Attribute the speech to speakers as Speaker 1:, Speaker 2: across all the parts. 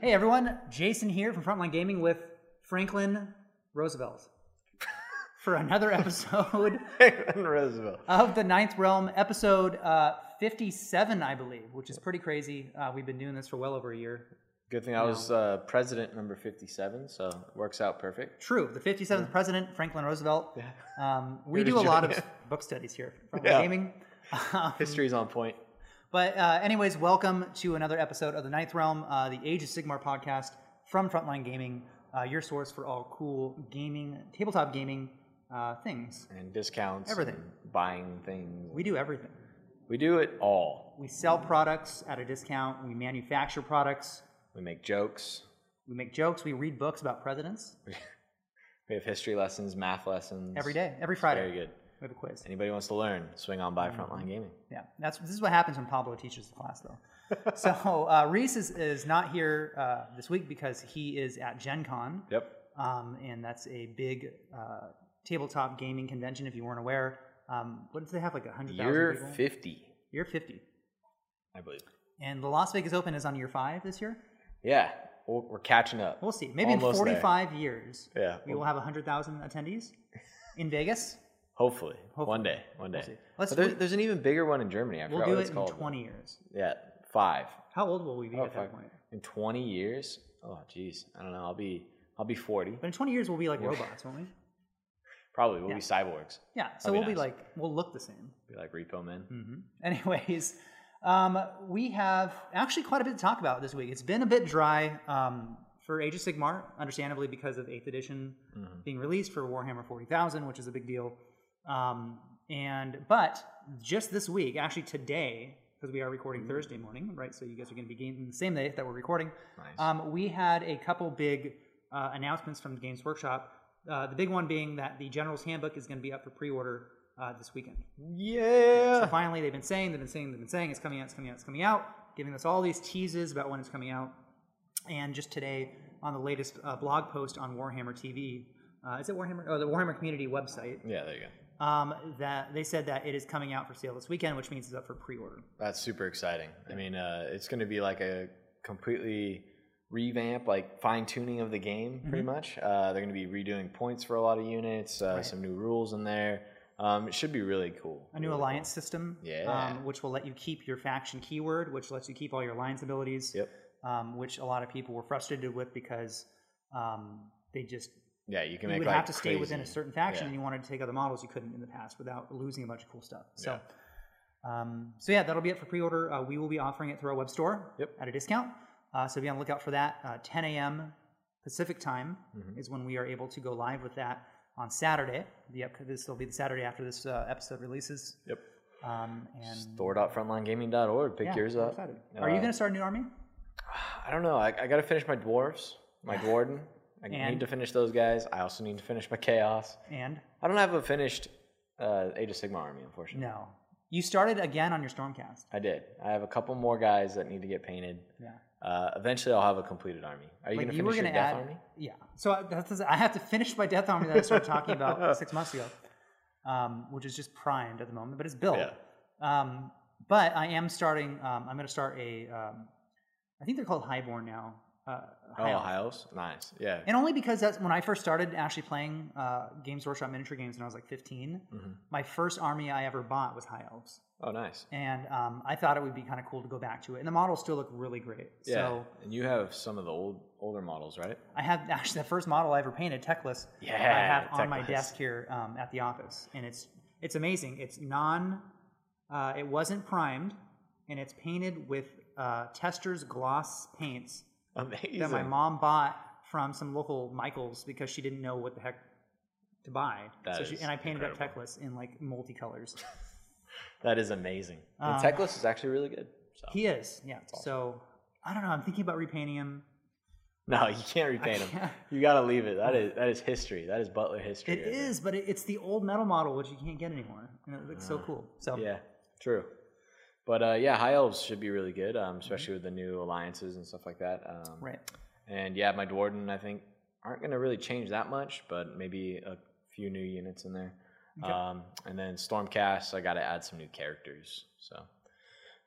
Speaker 1: Hey everyone, Jason here from Frontline Gaming with Franklin Roosevelt for another episode
Speaker 2: Franklin Roosevelt.
Speaker 1: of the Ninth Realm, episode uh, 57, I believe, which is pretty crazy. Uh, we've been doing this for well over a year.
Speaker 2: Good thing I was uh, president number 57, so it works out perfect.
Speaker 1: True, the 57th president, Franklin Roosevelt. Um, we
Speaker 2: You're
Speaker 1: do a lot of
Speaker 2: joking.
Speaker 1: book studies here from
Speaker 2: Yeah.
Speaker 1: gaming. Um,
Speaker 2: History's on point.
Speaker 1: But uh, anyways, welcome to another episode of the Ninth Realm, uh, the Age of Sigmar podcast from Frontline Gaming, uh, your source for all cool gaming, tabletop gaming uh, things.
Speaker 2: And discounts.
Speaker 1: Everything.
Speaker 2: and buying things.
Speaker 1: We do everything.
Speaker 2: We do it all.
Speaker 1: We sell products at a discount. We manufacture products.
Speaker 2: We make jokes.
Speaker 1: We make jokes. We read books about presidents
Speaker 2: We have history lessons, math lessons.
Speaker 1: every day, every
Speaker 2: It's
Speaker 1: Friday. Mm-hmm.
Speaker 2: Very good.
Speaker 1: We have a quiz.
Speaker 2: Anybody wants to learn, swing on by Frontline Gaming.
Speaker 1: Yeah, that's this is what happens when Pablo teaches the class, though. so uh, Reese is, is not here uh, this week because he is at Gen Con.
Speaker 2: Yep.
Speaker 1: um, and that's a big uh, tabletop gaming convention. If you weren't aware, um, what do they have like hundred
Speaker 2: Year
Speaker 1: thousand people?
Speaker 2: 50,
Speaker 1: Year fifty,
Speaker 2: I believe.
Speaker 1: and the Las Vegas Open is on year five this year.
Speaker 2: Yeah. We're we're catching up.
Speaker 1: We'll see. Maybe
Speaker 2: Almost
Speaker 1: in
Speaker 2: there.
Speaker 1: forty-five years,
Speaker 2: Yeah.
Speaker 1: we will have hundred thousand attendees in Vegas.
Speaker 2: Hopefully.
Speaker 1: Hopefully.
Speaker 2: One day. One day.
Speaker 1: see. Let's-
Speaker 2: But there's, there's an even bigger one in Germany. I
Speaker 1: We'll
Speaker 2: forgot
Speaker 1: do
Speaker 2: what
Speaker 1: it
Speaker 2: it's
Speaker 1: in
Speaker 2: called.
Speaker 1: twenty years.
Speaker 2: Yeah. Five.
Speaker 1: How old will we be
Speaker 2: Oh,
Speaker 1: at that
Speaker 2: fuck.
Speaker 1: point?
Speaker 2: In 20 years? Oh, jeez. I don't know. I'll be I'll be 40.
Speaker 1: But in twenty years, we'll be like
Speaker 2: Yeah.
Speaker 1: robots, won't we?
Speaker 2: Probably we'll
Speaker 1: Yeah.
Speaker 2: be cyborgs.
Speaker 1: Yeah. So
Speaker 2: That'd be
Speaker 1: we'll be
Speaker 2: nice.
Speaker 1: like we'll look the same.
Speaker 2: Be like repo men.
Speaker 1: hmm Anyways, um, we have actually quite a bit to talk about this week. It's been a bit dry um, for Age of Sigmar, understandably because of 8th edition being released for Warhammer 40,000, which is a big deal. Um, and but just this week, actually today, because we are recording Thursday morning, right? So you guys are going to be gaming the same day that we're recording.
Speaker 2: Nice.
Speaker 1: Um, we had a couple big uh, announcements from the Games Workshop. Uh, the big one being that the General's Handbook is going to be up for pre-order uh, this weekend. So
Speaker 2: yeah.
Speaker 1: finally, they've been saying, they've been saying, they've been saying, it's coming out, it's coming out, it's coming out, giving us all these teases about when it's coming out. And just today, on the latest uh, blog post on Warhammer TV, uh, is it Warhammer? Oh, the Warhammer Community website.
Speaker 2: Yeah, there you go.
Speaker 1: Um, that they said that it is coming out for sale this weekend, which means it's up for pre-order.
Speaker 2: That's super exciting. I mean, uh, it's going to be like a completely revamp, like fine tuning of the game,
Speaker 1: Mm-hmm.
Speaker 2: pretty much. Uh, they're going to be redoing points for a lot of units, uh,
Speaker 1: Right.
Speaker 2: some new rules in there. Um, it should be really cool.
Speaker 1: A new
Speaker 2: Really cool.
Speaker 1: alliance system,
Speaker 2: Yeah.
Speaker 1: um, which will let you keep your faction keyword, which lets you keep all your alliance abilities,
Speaker 2: Yep.
Speaker 1: um, which a lot of people were frustrated with because um, they just
Speaker 2: Yeah, you can
Speaker 1: you
Speaker 2: make
Speaker 1: would
Speaker 2: like,
Speaker 1: have to stay within a
Speaker 2: crazy-
Speaker 1: certain faction
Speaker 2: yeah.
Speaker 1: and you wanted to take other models you couldn't in the past without losing a bunch of cool stuff so um, so yeah that'll be it for pre-order uh, we will be offering it through our web store
Speaker 2: Yep.
Speaker 1: at a discount uh, so be on the lookout for that uh, 10 a.m pacific time
Speaker 2: Mm-hmm.
Speaker 1: is when we are able to go live with that on saturday the up- this will be the saturday after this uh, episode releases
Speaker 2: Yep.
Speaker 1: um, and
Speaker 2: Store.frontlinegaming.org. Pick
Speaker 1: yeah,
Speaker 2: yours
Speaker 1: we're
Speaker 2: up.
Speaker 1: excited. are you
Speaker 2: Uh,
Speaker 1: going to start a new army
Speaker 2: I don't know. I, I got to finish my dwarves, my Gordon. I
Speaker 1: And-
Speaker 2: need to finish those guys. I also need to finish my chaos.
Speaker 1: and
Speaker 2: I don't have a finished uh, Age of Sigma army, unfortunately.
Speaker 1: no you started again on your stormcast
Speaker 2: I did. I have a couple more guys that need to get painted.
Speaker 1: yeah
Speaker 2: Uh, eventually, I'll have a completed army. Are you
Speaker 1: Like,
Speaker 2: going to
Speaker 1: you were
Speaker 2: finish your
Speaker 1: gonna
Speaker 2: death
Speaker 1: add-
Speaker 2: army?
Speaker 1: Yeah. So I- that's, I have to finish my Death Army that I started talking about six months ago, um, which is just primed at the moment, but it's built.
Speaker 2: Yeah.
Speaker 1: Um, but I am starting. Um, I'm going to start a. Um, I think they're called Highborn now. Uh,
Speaker 2: Oh,
Speaker 1: High Elf.
Speaker 2: Hiles? Nice. Yeah.
Speaker 1: And only because that's when I first started actually playing uh, Games Workshop miniature games when I was like 15.
Speaker 2: Mhm.
Speaker 1: My first army I ever bought was High Elves,
Speaker 2: Oh, nice.
Speaker 1: and um, I thought it would be kind of cool to go back to it. And the models still look really great.
Speaker 2: Yeah.
Speaker 1: So
Speaker 2: and you have some of the old older models, right?
Speaker 1: I have actually the first model I ever painted, Techless.
Speaker 2: Yeah,
Speaker 1: I have on my
Speaker 2: Techless.
Speaker 1: desk here um, at the office, and it's it's amazing. It's non, uh, it wasn't primed, and it's painted with uh, tester's gloss paints
Speaker 2: Amazing.
Speaker 1: that my mom bought from some local Michaels because she didn't know what the heck to buy.
Speaker 2: That
Speaker 1: so she,
Speaker 2: is
Speaker 1: and I painted
Speaker 2: incredible.
Speaker 1: up Techless in like multicolors.
Speaker 2: That is amazing.
Speaker 1: Um,
Speaker 2: and Techless is actually really good. So
Speaker 1: He is, yeah.
Speaker 2: awesome.
Speaker 1: So I don't know. I'm thinking about repainting him.
Speaker 2: no, you can't
Speaker 1: I
Speaker 2: repaint him.
Speaker 1: can't-
Speaker 2: You got to leave it. That is that is history. That is Butler history.
Speaker 1: It
Speaker 2: right there.
Speaker 1: is, but it, it's the old metal model, which you can't get anymore, and it looks so
Speaker 2: Ah,
Speaker 1: cool. So
Speaker 2: Yeah, true. But uh, yeah, High Elves should be really good, um, especially with the new alliances and stuff like that. Um,
Speaker 1: Mm-hmm. right,
Speaker 2: And yeah, my Dwarden, I think, aren't going to really change that much, but maybe a few new units in there.
Speaker 1: Okay.
Speaker 2: Um, and then Stormcast, I got to add some new characters. So,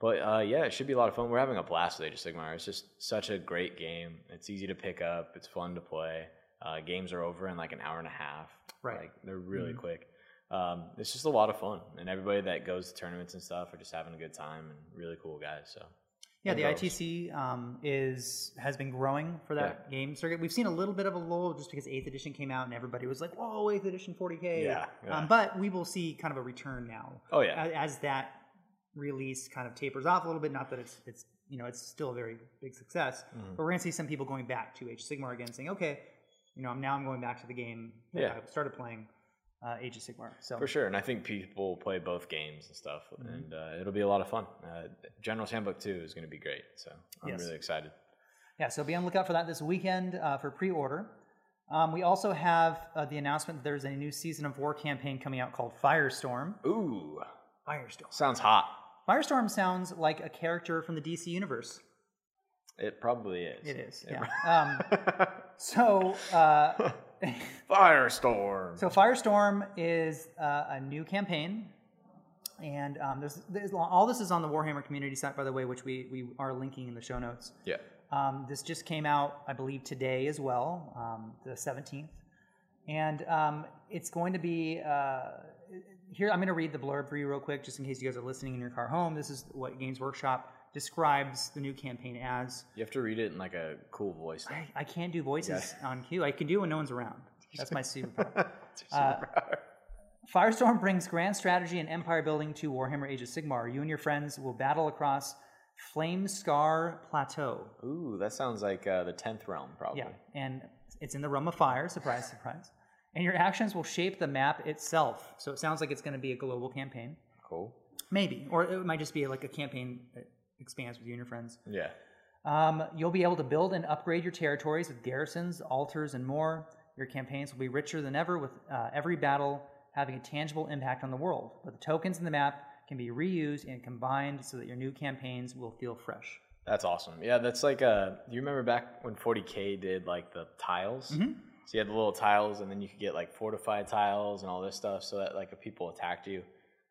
Speaker 2: but uh, yeah, it should be a lot of fun. We're having a blast with Age of Sigmar. It's just such a great game. It's easy to pick up. It's fun to play. Uh, games are over in like an hour and a half.
Speaker 1: Right.
Speaker 2: Like they're really
Speaker 1: Mhm.
Speaker 2: quick. Um, it's just a lot of fun, and everybody that goes to tournaments and stuff are just having a good time and really cool guys. So
Speaker 1: yeah.
Speaker 2: and
Speaker 1: The
Speaker 2: those.
Speaker 1: ITC um, is has been growing for that game circuit. We've seen a little bit of a lull just because Eighth Edition came out, and everybody was like, "Whoa, Eighth Edition 40k!"
Speaker 2: Yeah, yeah.
Speaker 1: Um, but we will see kind of a return now
Speaker 2: oh yeah,
Speaker 1: A- as that release kind of tapers off a little bit. Not that it's it's you know it's still a very big success,
Speaker 2: Mhm.
Speaker 1: but we're gonna see some people going back to Age of Sigmar again, saying, "Okay, you know, I'm now I'm going back to the game that
Speaker 2: Yeah.
Speaker 1: I started playing uh, Age of Sigmar." So
Speaker 2: For sure, and I think people will play both games and stuff,
Speaker 1: Mhm.
Speaker 2: and uh, it'll be a lot of fun. Uh, General's Handbook Two is going to be great, so I'm
Speaker 1: Yes.
Speaker 2: really excited.
Speaker 1: Yeah, so be on the lookout for that this weekend uh, for pre order. Um, we also have uh, the announcement that there's a new season of war campaign coming out called Firestorm.
Speaker 2: Ooh,
Speaker 1: Firestorm.
Speaker 2: sounds hot.
Speaker 1: Firestorm sounds like a character from the DC universe.
Speaker 2: It probably is.
Speaker 1: It is.
Speaker 2: It
Speaker 1: Yeah. Um, so, uh,
Speaker 2: Firestorm.
Speaker 1: so Firestorm is uh, a new campaign, and um, there's, there's all this is on the Warhammer community site, by the way, which we we are linking in the show notes.
Speaker 2: yeah.
Speaker 1: Um, this just came out, I believe, today as well, um, the 17th. And um, it's going to be uh, here. I'm going to read the blurb for you real quick, just in case you guys are listening in your car home. This is what Games Workshop describes the new campaign as.
Speaker 2: You have to read it in like a cool voice. though.
Speaker 1: I, I can't do voices on cue. I can do when no one's around. That's my superpower. Uh, Firestorm brings grand strategy and empire building to Warhammer Age of Sigmar. You and your friends will battle across Flame Scar Plateau,
Speaker 2: Ooh, that sounds like uh, the tenth realm, probably.
Speaker 1: Yeah, and it's in the realm of fire. Surprise, surprise. And your actions will shape the map itself. So it sounds like it's going to be a global campaign,
Speaker 2: Cool.
Speaker 1: maybe, or it might just be like a campaign that expands with you and your friends.
Speaker 2: Yeah.
Speaker 1: Um, you'll be able to build and upgrade your territories with garrisons, altars, and more. Your campaigns will be richer than ever, with uh, every battle having a tangible impact on the world. But the tokens in the map can be reused and combined so that your new campaigns will feel fresh.
Speaker 2: That's awesome. Yeah, that's like uh you remember back when 40K did like the tiles?
Speaker 1: Mhm.
Speaker 2: So you had the little tiles and then you could get like fortified tiles and all this stuff so that like if people attacked you,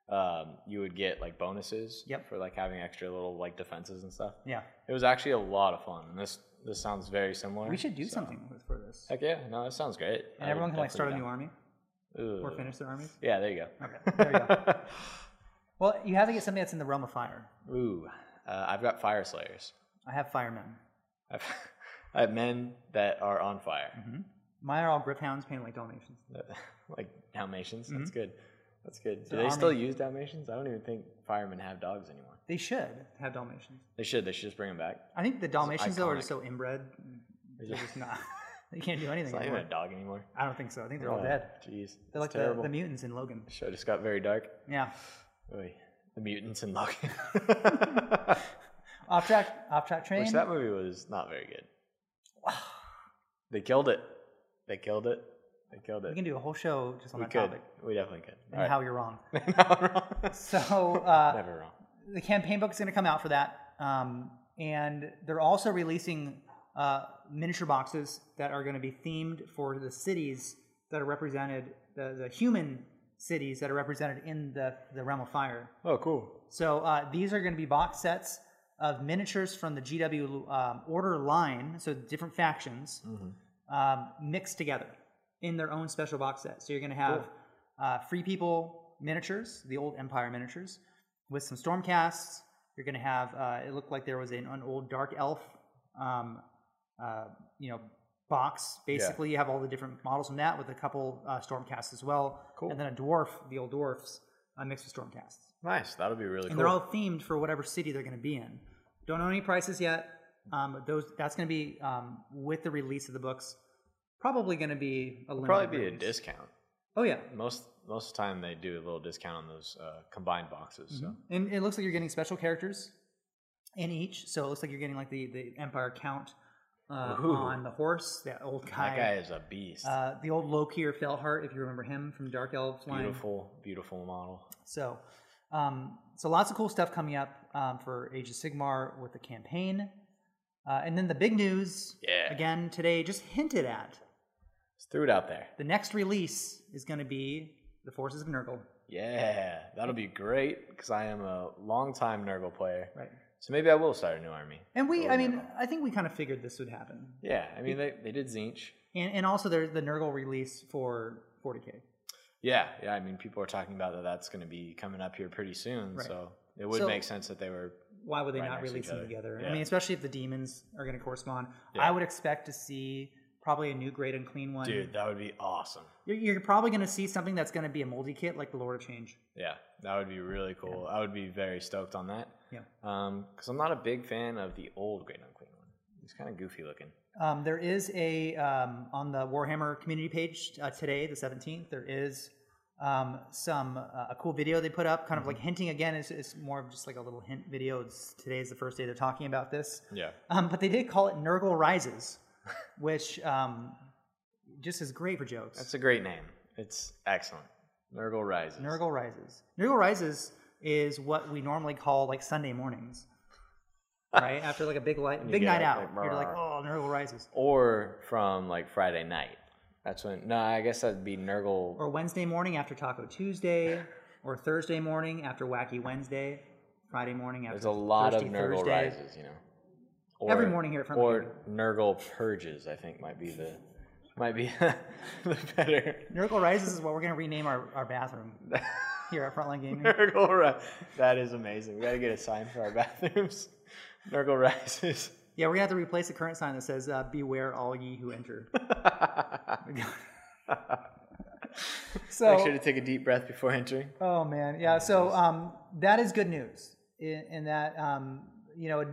Speaker 2: um, you would get like bonuses
Speaker 1: Yep.
Speaker 2: for like having extra little like defenses and stuff.
Speaker 1: Yeah,
Speaker 2: It was actually a lot of fun. And this this sounds very similar.
Speaker 1: we should do
Speaker 2: so-
Speaker 1: something with- for this,
Speaker 2: Heck yeah, no, that sounds great.
Speaker 1: and everyone can like start a new army
Speaker 2: army
Speaker 1: or finish their armies.
Speaker 2: Yeah, there you go.
Speaker 1: Okay, there you go. Well, you have to get something that's in the realm of fire.
Speaker 2: Ooh, uh, I've got fire slayers.
Speaker 1: I have firemen.
Speaker 2: I've, I have men that are on fire.
Speaker 1: Mine are all grip hounds painted like Dalmatians.
Speaker 2: Uh, like Dalmatians. That's good. That's good.
Speaker 1: Mm-hmm.
Speaker 2: Do
Speaker 1: The
Speaker 2: they still
Speaker 1: army-
Speaker 2: use Dalmatians? I don't even think firemen have dogs anymore.
Speaker 1: They should have Dalmatians.
Speaker 2: They should. They should just bring them back.
Speaker 1: I think the Dalmatians though are
Speaker 2: iconic.
Speaker 1: just so inbred. They're just not. They can't do
Speaker 2: It's
Speaker 1: anything.
Speaker 2: not even a
Speaker 1: Anymore.
Speaker 2: dog anymore.
Speaker 1: I don't think so. I think they're all
Speaker 2: Uh,
Speaker 1: dead.
Speaker 2: Jeez.
Speaker 1: They're
Speaker 2: That's
Speaker 1: like the,
Speaker 2: terrible.
Speaker 1: the mutants in Logan.
Speaker 2: Show just got very dark.
Speaker 1: Yeah.
Speaker 2: Oy, The mutants and Logan.
Speaker 1: Off track. Off track train.
Speaker 2: Which that movie was not very good. they killed it. They killed it. They killed
Speaker 1: We
Speaker 2: it.
Speaker 1: can do a whole show just on
Speaker 2: We
Speaker 1: that
Speaker 2: could.
Speaker 1: topic
Speaker 2: We definitely could.
Speaker 1: and how you're wrong.
Speaker 2: wrong.
Speaker 1: So uh,
Speaker 2: Never wrong.
Speaker 1: the campaign book is going to come out for that, um, and they're also releasing uh, miniature boxes that are going to be themed for the cities that are represented, the, the human cities that are represented in the, the realm of fire.
Speaker 2: Oh, cool.
Speaker 1: So uh, these are going to be box sets of miniatures from the GW um, order line, so different factions um, mixed together in their own special box set. So you're going to have uh, Free People miniatures, the old Empire miniatures, with some Stormcasts. You're going to have uh, it looked like there was an, an old Dark Elf, um, uh, you know, box. Basically, you have all the different models from that with a couple uh, Stormcasts as well,
Speaker 2: Cool.
Speaker 1: and then a dwarf, the old dwarfs, uh, mixed with Stormcasts
Speaker 2: Nice. That'll be
Speaker 1: and
Speaker 2: really cool.
Speaker 1: they're all themed for whatever city they're going to be in. Don't know any prices yet. Um, but those that's going to be um, with the release of the books. Probably going to be a limited
Speaker 2: Probably be a
Speaker 1: release.
Speaker 2: discount.
Speaker 1: Oh yeah,
Speaker 2: most most of the time
Speaker 1: Mm-hmm.
Speaker 2: they do a little discount on those uh, combined boxes. So
Speaker 1: and it looks like you're getting special characters. in each. So it looks like you're getting like the, the Empire Count uh,
Speaker 2: Ooh.
Speaker 1: on the horse, that old guy.
Speaker 2: That guy is a beast.
Speaker 1: uh, the old Lokir Fellheart, if you remember him from Dark Elves line.
Speaker 2: beautiful, beautiful model.
Speaker 1: So, um, so lots of cool stuff coming up um, for Age of Sigmar with the campaign, uh, and then the big news
Speaker 2: Yeah.
Speaker 1: again today, just hinted at.
Speaker 2: Just threw it out there.
Speaker 1: The next release is going to be the Forces of Nurgle.
Speaker 2: Yeah, that'll be great because I am a longtime Nurgle player.
Speaker 1: Right.
Speaker 2: So maybe I will start a new army.
Speaker 1: And we,
Speaker 2: Go
Speaker 1: I mean,
Speaker 2: Nurgle.
Speaker 1: I think we kind of figured this would happen,
Speaker 2: yeah, I mean they, they did Zinch.
Speaker 1: and and also there's the Nurgle release for 40k.
Speaker 2: Yeah, yeah. I mean people are talking about that that's going to be coming up here pretty soon.
Speaker 1: Right.
Speaker 2: So it would
Speaker 1: So-
Speaker 2: make sense that they were.
Speaker 1: Why would they
Speaker 2: Right
Speaker 1: not
Speaker 2: next to
Speaker 1: release
Speaker 2: each
Speaker 1: them
Speaker 2: other.
Speaker 1: together? I
Speaker 2: Yeah.
Speaker 1: mean, especially if the demons are going to correspond.
Speaker 2: Yeah.
Speaker 1: I would expect to see probably a new great and clean one.
Speaker 2: Dude, that would be awesome.
Speaker 1: You're, you're probably going to see something that's going to be a multi kit like the Lord of Change.
Speaker 2: Yeah, that would be really cool. I would be very stoked on that.
Speaker 1: Yeah.
Speaker 2: Because Um, I'm not a big fan of the old Great Unclean one. He's kind of goofy looking.
Speaker 1: Um, there is a um, on the Warhammer community page uh, today, the seventeenth. There is um, some uh, a cool video they put up, kind of like
Speaker 2: Mm-hmm.
Speaker 1: hinting again. It's, it's more of just like a little hint video. It's, today is the first day they're talking about this,
Speaker 2: Yeah.
Speaker 1: um, but they did call it Nurgle Rises, which um, just is great for jokes.
Speaker 2: That's a great name. It's excellent. Nurgle Rises.
Speaker 1: Nurgle Rises. Nurgle Rises is what we normally call like Sunday mornings, right after like a big light, big
Speaker 2: get
Speaker 1: night
Speaker 2: it,
Speaker 1: out.
Speaker 2: like,
Speaker 1: you're like, oh,
Speaker 2: "Brr."
Speaker 1: Nurgle Rises,
Speaker 2: Or from like Friday night. That's when. No, I guess that'd be Nurgle.
Speaker 1: or Wednesday morning after Taco Tuesday, or Thursday morning after Wacky Wednesday, Friday morning after.
Speaker 2: There's a lot
Speaker 1: Thirsty
Speaker 2: of Nurgle
Speaker 1: Thursday.
Speaker 2: Rises, you know. Or,
Speaker 1: Every morning here at Front
Speaker 2: Or Nurgle Purges, I think might be the might be the better
Speaker 1: Nurgle Rises is what we're gonna rename our, our bathroom here at Frontline Gaming.
Speaker 2: Nurgle Rises. That is amazing. We gotta get a sign for our bathrooms. Nurgle Rises.
Speaker 1: Yeah, we're gonna have to replace the current sign that says uh, "Beware all ye who enter." so
Speaker 2: Make sure to take a deep breath before entering.
Speaker 1: Oh man, yeah. So um, that is good news. In, in that um, you know,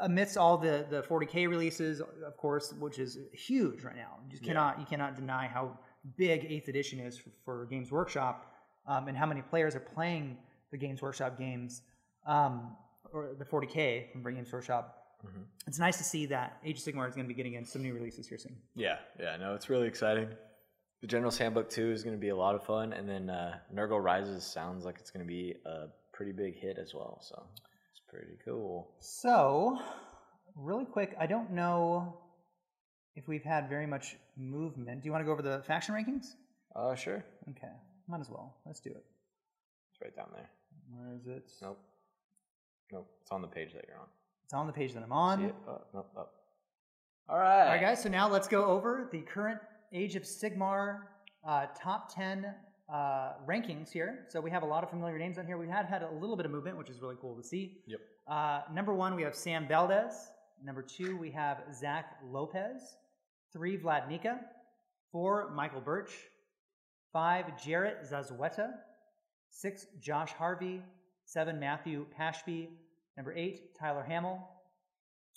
Speaker 1: amidst all the the 40k releases, of course, which is huge right now. You just cannot you cannot deny how big Eighth Edition is for, for Games Workshop, um, and how many players are playing the Games Workshop games, um, or the 40k from Games Workshop. It's nice to see that Age of Sigmar is going to be getting in some new releases here soon.
Speaker 2: Yeah, yeah, no, it's really exciting. The General's Handbook 2 is going to be a lot of fun, and then uh, Nurgle Rises sounds like it's going to be a pretty big hit as well, so it's pretty cool.
Speaker 1: So, really quick, I don't know if we've had very much movement. Do you want to go over the faction rankings?
Speaker 2: Uh, sure.
Speaker 1: Okay, might as well. Let's do it.
Speaker 2: It's right down there.
Speaker 1: Where is it?
Speaker 2: Nope. Nope, it's on the page that you're on.
Speaker 1: It's on the page that I'm on.
Speaker 2: See it? Oh, nope, up. All right.
Speaker 1: Um, All right, guys. So now let's go over the current Age of Sigmar uh, top ten uh, rankings here. So we have a lot of familiar names on here. We had had a little bit of movement, which is really cool to see.
Speaker 2: Yep.
Speaker 1: Uh, number one, we have Sam Valdez. Number two, we have Zach Lopez. Three, Vlad Nika. Four, Michael Birch. Five, Jarrett Zazueta. Six, Josh Harvey. Seven, Matthew Pashby. Number eight, Tyler Hamill.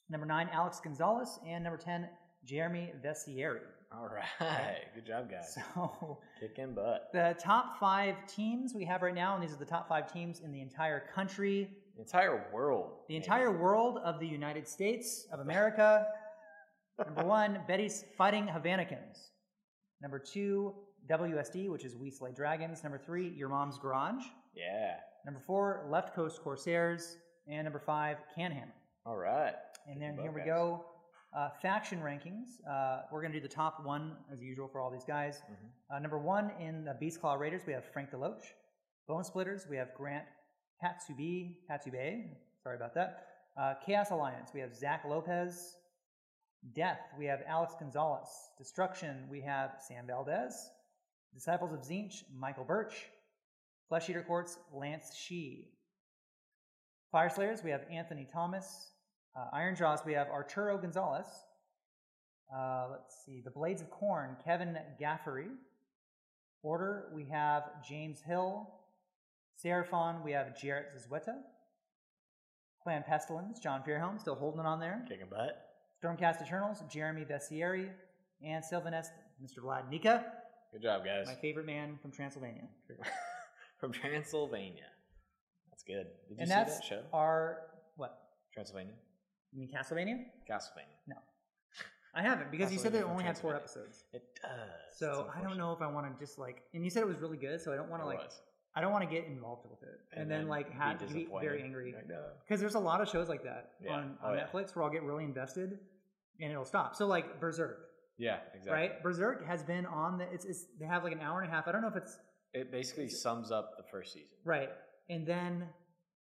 Speaker 1: Number nine, Alex Gonzalez. And number 10, Jeremy Vessieri.
Speaker 2: All right. Good job, guys.
Speaker 1: So
Speaker 2: Kicking butt.
Speaker 1: the top five teams we have right now, and these are the top five teams in the entire country.
Speaker 2: The entire world.
Speaker 1: The
Speaker 2: maybe.
Speaker 1: entire world of the United States of America. Number one, Betty's Fighting Havanicans. Number two, WSD, which is We Slay Dragons. Number three, Your Mom's Garage.
Speaker 2: Yeah.
Speaker 1: Number four, Left Coast Corsairs. And number five, Canhammer.
Speaker 2: All right.
Speaker 1: And then
Speaker 2: Good
Speaker 1: here
Speaker 2: luck,
Speaker 1: we
Speaker 2: guys.
Speaker 1: go. Uh, faction rankings. Uh, we're going to do the top one as usual for all these guys. Uh, number one in the Beast Claw Raiders, we have Frank DeLoach. Bone Splitters, we have Grant Katsubi, Katsube. Sorry about that. Uh, Chaos Alliance, we have Zach Lopez. Death, we have Alex Gonzalez. Destruction, we have Sam Valdez. Disciples of Zinch, Michael Birch. Flesh Eater Courts, Lance Shee. Fire Slayers, we have Anthony Thomas. Uh, Iron Jaws, we have Arturo Gonzalez. Uh, let's see, The Blades of Corn, Kevin Gaffery. Order, we have James Hill. Seraphon, we have Jarrett Zazueta. Clan Pestilence, John Fairhelm, still holding it on there.
Speaker 2: Kicking butt.
Speaker 1: Stormcast Eternals, Jeremy Vessieri. And Sylvanest, Mr. Vlad Nika,
Speaker 2: Good job, guys.
Speaker 1: my favorite man from Transylvania.
Speaker 2: From Transylvania. That's good. Did you
Speaker 1: and
Speaker 2: see
Speaker 1: that's
Speaker 2: that show?
Speaker 1: our, what?
Speaker 2: Transylvania?
Speaker 1: You mean Castlevania?
Speaker 2: Castlevania.
Speaker 1: I haven't because you said that
Speaker 2: Castlevania
Speaker 1: it
Speaker 2: from
Speaker 1: only had four
Speaker 2: Transylvania.
Speaker 1: episodes.
Speaker 2: It does.
Speaker 1: So I don't know if I want to just like, and you said it was really good, so I don't want to like, I don't want to get involved with it, and, then, like have to be very angry because there's a lot of shows like that
Speaker 2: Yeah.
Speaker 1: on,
Speaker 2: Oh,
Speaker 1: on
Speaker 2: yeah.
Speaker 1: Netflix where I'll get really invested, and it'll stop. So like Berserk,
Speaker 2: Yeah, exactly.
Speaker 1: right? Berserk has been on the it's, it's they have like an hour and a half. I don't know if it's
Speaker 2: It basically sums up the first season.
Speaker 1: right, and then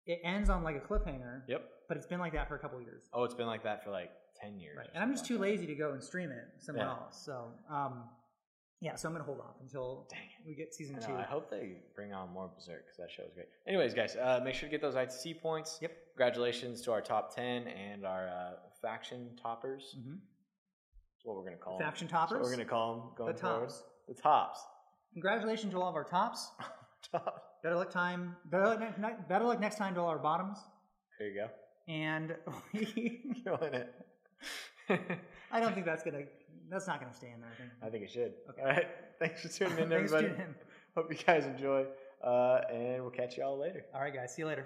Speaker 1: it ends on like a cliffhanger.
Speaker 2: Yep.
Speaker 1: But it's been like that for a couple years.
Speaker 2: Oh, it's been like that for like ten years.
Speaker 1: Right.
Speaker 2: or
Speaker 1: And I'm just
Speaker 2: something
Speaker 1: too
Speaker 2: like
Speaker 1: lazy to go and stream it somewhere
Speaker 2: Yeah.
Speaker 1: else. So, um, yeah, so I'm going to hold off until
Speaker 2: Dang
Speaker 1: we get season
Speaker 2: that. I
Speaker 1: two.
Speaker 2: know, I hope they bring on more Berserk because that show is great. Anyways, guys, uh, make sure to get those ITC points.
Speaker 1: Yep.
Speaker 2: Congratulations to our top ten and our uh, faction toppers.
Speaker 1: Mhm.
Speaker 2: That's what we're gonna call 'em.
Speaker 1: Faction
Speaker 2: That's what
Speaker 1: toppers?
Speaker 2: we're gonna call them going
Speaker 1: The
Speaker 2: forward.
Speaker 1: tops.
Speaker 2: The tops.
Speaker 1: Congratulations to all of our tops.
Speaker 2: Tops.
Speaker 1: Better luck time. Better luck, ne- ne- better luck next time to all our bottoms.
Speaker 2: There you go.
Speaker 1: And we-
Speaker 2: Killing it.
Speaker 1: I don't think that's going to, that's not going to stay in there. I think.
Speaker 2: I think it should.
Speaker 1: Okay.
Speaker 2: All right. Thanks for tuning in,
Speaker 1: Thanks,
Speaker 2: everybody.
Speaker 1: Jim.
Speaker 2: Hope you guys enjoy, uh, and we'll catch you all later.
Speaker 1: All right, guys. See you later.